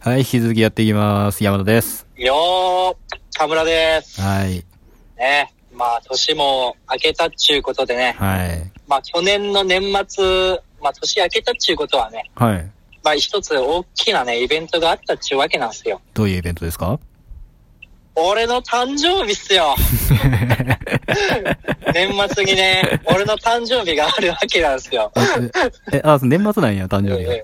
はい、引き続きやっていきます。山田です。よー、田村です。はい。ね、まあ、年も明けたっちゅうことでね、はい。まあ、去年の年末、まあ、年明けたっちゅうことはね、はい。まあ、一つ大きなね、イベントがあったっちゅうわけなんですよ。どういうイベントです か俺の誕生日っすよ。年末 にね、俺の誕生日があるわけなんですよ。え、えあ、年末なんや、誕生日が。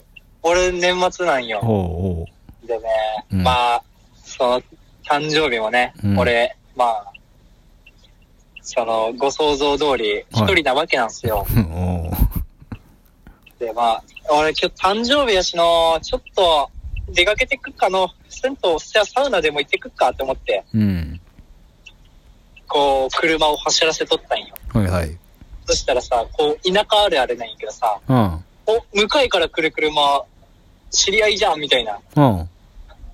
俺、年末なんよ。ほうほでね、うんまあ、その、誕生日もね、うん俺、まあ、その、ご想像通り、一人なわけなんですよ。う。おうで、まあ、俺今日誕生日やしの、ちょっと、出かけてくっかの、銭湯、じゃあサウナでも行ってくっかって思って、うん。こう、車を走らせとったんよ。はいはい。そしたらさ、こう、田舎あるあるなんやけどさ、うん。お、向かいから来る車、知り合いじゃん、みたいな、うん。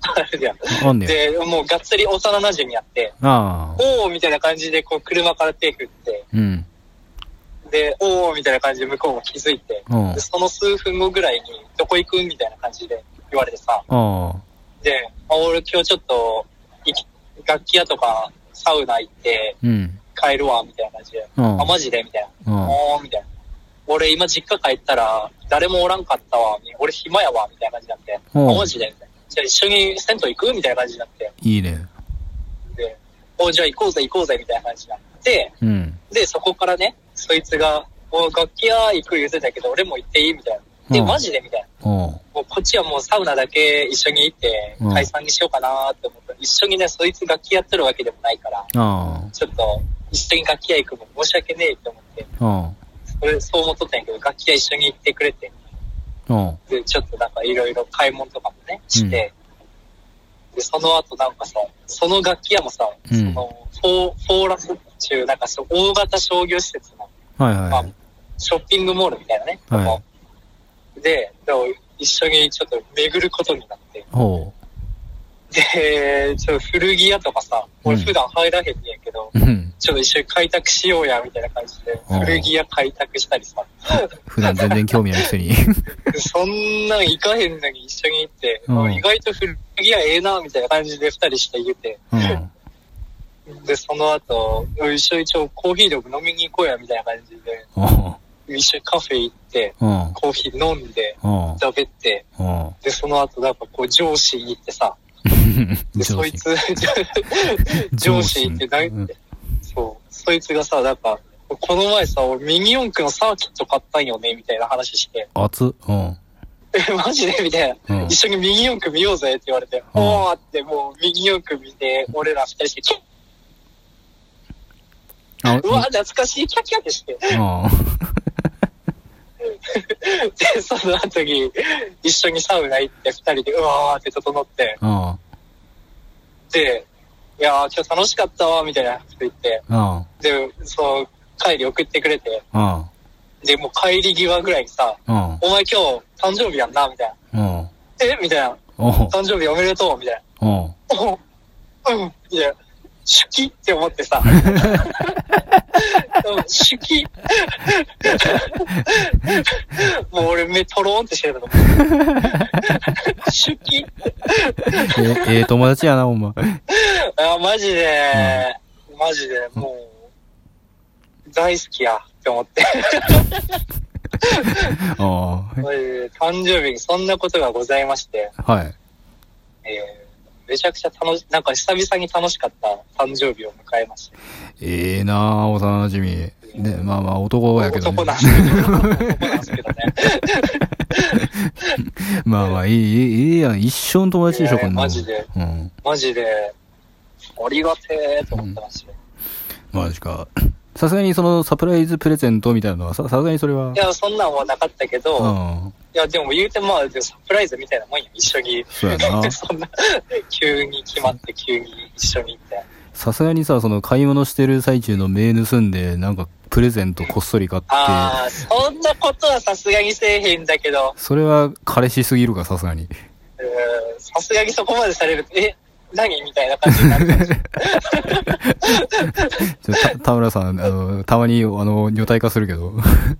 あるじゃん。あんねや。で、もうがっつり幼馴染やって、ああ。おーみたいな感じで、こう、車から手振って、うん。で、おーみたいな感じで向こうも気づいて、うんで、。その数分後ぐらいに、どこ行くみたいな感じで言われてさ、あで、あ俺今日ちょっと、いき楽器屋とか、サウナ行って、ーうん。帰るわ、みたいな感じで、うん。あ、マジでみたいうん。な。おーみたいな。俺今実家帰ったら、誰もおらんかったわ、俺暇やわ、みたいな感じになって、あ、うんマジでみたいな。じゃあ一緒に銭湯行くみたいな感じになって、いいね。で、お、じゃあ行こうぜ行こうぜ、みたいな感じになって、うん。で、そこからね、そいつが、お楽器屋行く言うてたけど、俺も行っていいみたいな。で、うんマジでみたいな。おう。もうこっちはもうサウナだけ一緒に行ってうん、解散にしようかなって思った。一緒にね、そいつ楽器やってるわけでもないから、あちょっと、一緒に楽器屋行くの申し訳ねえって思って、あ。うん。それ、そう思っとったんやけど、楽器屋一緒に行ってくれて、うん。で、ちょっとなんかいろいろ買い物とかもね、して、で、その後なんかさ、その楽器屋もさ、うんその、フォー、フォーラスっていう、なんかそう、大型商業施設の、はいまあは、ショッピングモールみたいなね。はで、でも一緒にちょっと巡ることになって。い。ほで、ちょっと古着屋とかさ、俺うん普段入らへんねんやけど、う。うん。ちょっと一緒に開拓しようや、みたいな感じで、ああ古着屋開拓したりさ。普段全然興味ある 人に。そんなん行かへんのに一緒に行って、うん意外と古着屋ええな、みたいな感じで二人して言って。うん。で、その後、一緒にちょ、コーヒーでも飲みに行こうや、みたいな感じで、おう。一緒にカフェ行って、うん。コーヒー飲んで、うん。食べて、うん。で、その後、なんかこう、上司行ってさ、で、そいつ、上司行って、なうんんそう、そいつがさ、なんか、この前さ、俺ミニ四駆のサーキット買ったんよね、みたいな話して、熱っうん。え、マジでみたいな、うん一緒にミニ四駆見ようぜって言われて、うんおーって、もうミニ四駆見て、俺ら二人して、キャッあ、うわ、懐かしい、キャッキャッってして、うで、その後に、一緒にサウナ行って、二人で、うわーって整って、ん。うん。で、いやー、今日楽しかったわ、みたいなこと言って、うん。で、そう、帰り送ってくれて、うん。で、もう帰り際ぐらいにさ、うん。お前今日誕生日やんな、みたいな。うん。えみたいな。お誕生日おめでとう、みたいおな。おうん、みたいな。 手記って思ってさ。 うん手記。 もう俺目とろーんってしてたの。手記。え、ええ友達やな、お前。あ、マジで、マジで、もう、大好きや、って思って。 あマジで誕生日にそんなことがございまして。あ。はい。えーめちゃくちゃ楽し、なんか久々に楽しかった誕生日を迎えました。ええなあ、幼馴染み。ね、まあまあ、男やけどね男。なんですけど、男なんですけどね。まあまあ、いい、いい、いいやん。一生の友達でしょ、いこやんなのマジで。うん。マジで、ありがてーと思ってましたよ。。マジか。さすがにそのサプライズプレゼントみたいなのは、さ、さすがにそれはいや、そんなんはなかったけど、ういん。や、でも言うてまあ、でもサプライズみたいなもんや、一緒に。そうやな そんな、急に決まって、急に一緒に行って。さすがにさ、その買い物してる最中の目盗んで、なんかプレゼントこっそり買って、ああ、そんなことはさすがにせえへんだけど、それは彼氏すぎるか、さすがに。 うーんさすがにそこまでされると、え、何みたいな感じになるかもしれない。ちょた田村さん、あの、たまに、あの、女体化するけど。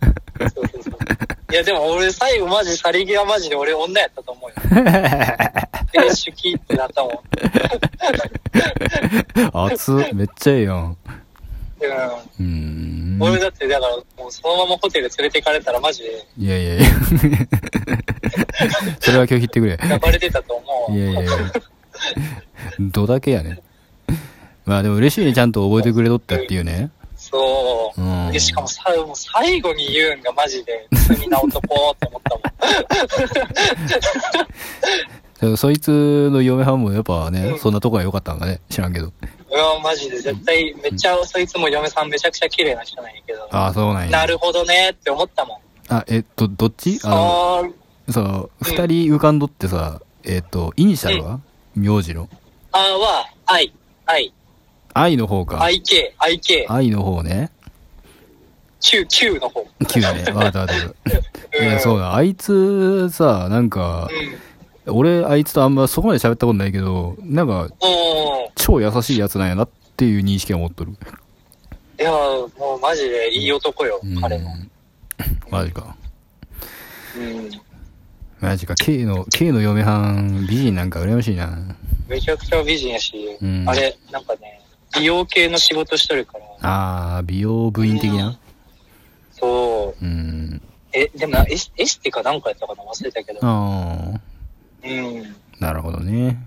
そうそう そういや、でも俺最後マジ、さりぎはマジで俺女やったと思うよ。え、でシュキってなったもん。熱っめっちゃええやん。ううーんん。。俺だって、だから、もうそのままホテル連れて行かれたらマジで、いやいやいや。 それは拒否ってくれ。暴れてたと思 う。いやいやいや。どだけやね。まあでも嬉しいね、ちゃんと覚えてくれとったっていうね。そうう。ん。で、しかもさ、もう最後に言うんがマジで、罪な男って思ったもん。でもそいつの嫁はんもやっぱね、そんなとこが良かったんかね。知らんけど。 うわ、マジで絶対、めっちゃ、そいつも嫁さんめちゃくちゃ綺麗な人なんやけど。ああ、そうなんや。なるほどねって思ったもん。あ、えっと、どっちあの、そう、その、ん二人浮かんどってさ、えっと、イニシャルは名字の。あは、愛、愛、愛の方か。 IK、IK、愛の方ね。 Q、Q の方。 9ね。わかったわか った。いや、そううだ。あいつさ、なんか、ん。うん。俺、あいつとあんまそこまで喋ったことないけど、なんか、おー超優しいやつなんやなっていう認識は持っとる。いや、もうマジでいい男よ、彼も。マジか。うん。マジか。K の、K の嫁はん、美人なんか羨ましいな。めちゃくちゃ美人やし、うんあれ、なんかね、美容系の仕事しとるから。あー、美容部員的な。そう。うん。え、でもな、エスエステかなんかやったかな忘れたけど。あうん。ー、なるほどね。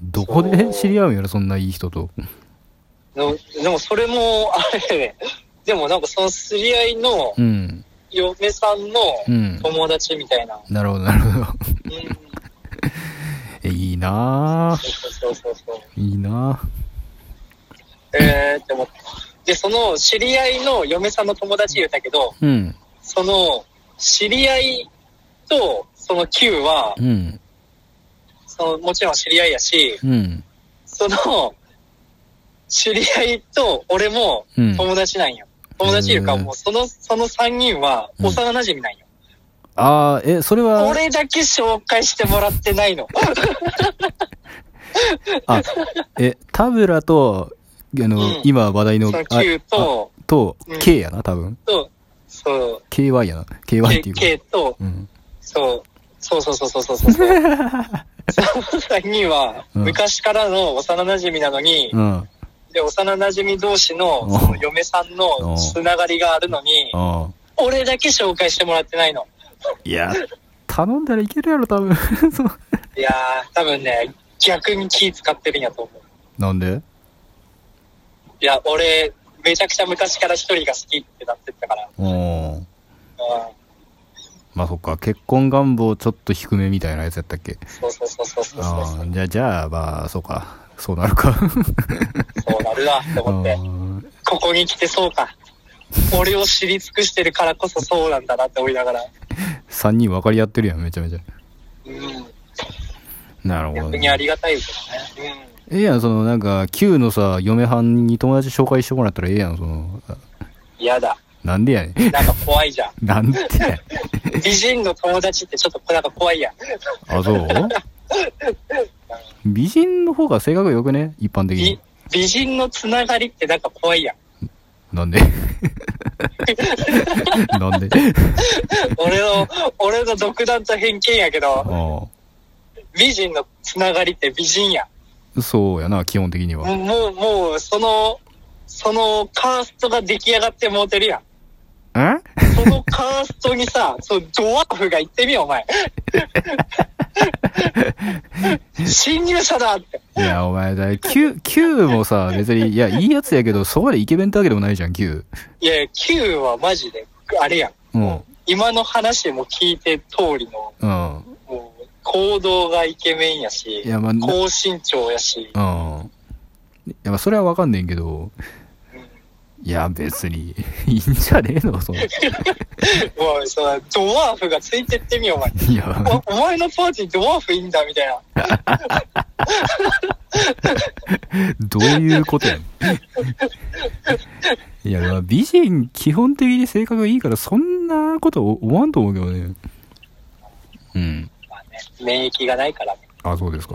どこで知り合うんやろ、そんないい人と。ででもそれも、 あれ、でもなんかその知り合いのうん。嫁さんのうん。友達みたいな。なるほど、なるほど。 うん。え、いいなぁ。そうそうそうそう。いいなぁ。えーって思った。で、その知り合いの嫁さんの友達言うたけど、うん。その知り合いとその Q は、うん。そのもちろん知り合いやし、うん。その知り合いと俺もうん。友達なんよ。友達いうか、うんもうその、その3人はうん幼馴染なんよ。あー、え、それは、俺だけ紹介してもらってないの。あ、え、田村と、あの、うん今話題の、その Q あと、あとうん K やな、多分。と、そう、 KY やな。KY ってい K, うか。 K と、うん。そう、そうそうそうそうそう そう。その3人は、うん昔からの幼馴染なのに、うん。あで、幼馴染同士の、その嫁さんうのんつながりがあるのに、あ。俺だけ紹介してもらってないの。いや、頼んだらいけるやろ、多分。 そういやー、多分ね、逆に気使ってるんやと思う。なんでいや、俺、めちゃくちゃ昔から一人が好きってなってったから。うん。うまあそっか、結婚願望ちょっと低めみたいなやつやったっけん。そうそうそうそうそうそうああ、じゃあ、じゃあ、まあ、そうか。そうなるか。そうなるなってあ思って。ーここに来てそうか。俺を知り尽くしてるからこそそうなんだなって思いながら。 三人分かり合ってるやん、めちゃめちゃ。うん。なるほど逆ね、にありがたいけどね。ええやん、その、なんか、Q のさ、嫁はんに友達紹介してもらったらええやん、その、あうん。嫌だ。なんでやねん。なんか怖い じゃん。なんて。美人の友達ってちょっとなんか怖いやん。あ、 そう美人の方が性格良くね一般的美に。美人のつながりってなんか怖いやん。なん でなんで俺の、俺の独断と偏見やけあど、美人のつながりって美人やん。あそうやな、基本的には。もう、もう、もうその、そのカーストが出来上がってもうてるやん。えそのカーストにさ、 そのドワーフが行ってみよ、お 前。侵入者だって。いや、お前だ、Q、Q もさ、別に、いや、いいやつやけど、そこまでイケメンってわけでもないじゃん、Q。いや、Q はマジで、あれやん。うん。今の話も聞いて通りの、うん。もう、行動がイケメンやし、いや、まあ、な高身長やし、うん。いや、まあ、それはわかんねんけど、いや、別に、いいんじゃねえの、その。いもうさ、ドワーフがついてってみよ、お前。や、おお前のパーティードワーフいいんだ、みたいな。どういうことやねん。いや、まあ、美人、基本的に性格がいいから、そんなこと思わんと思うけどね。うん。まあね、免疫がないからね。あ、そうですか。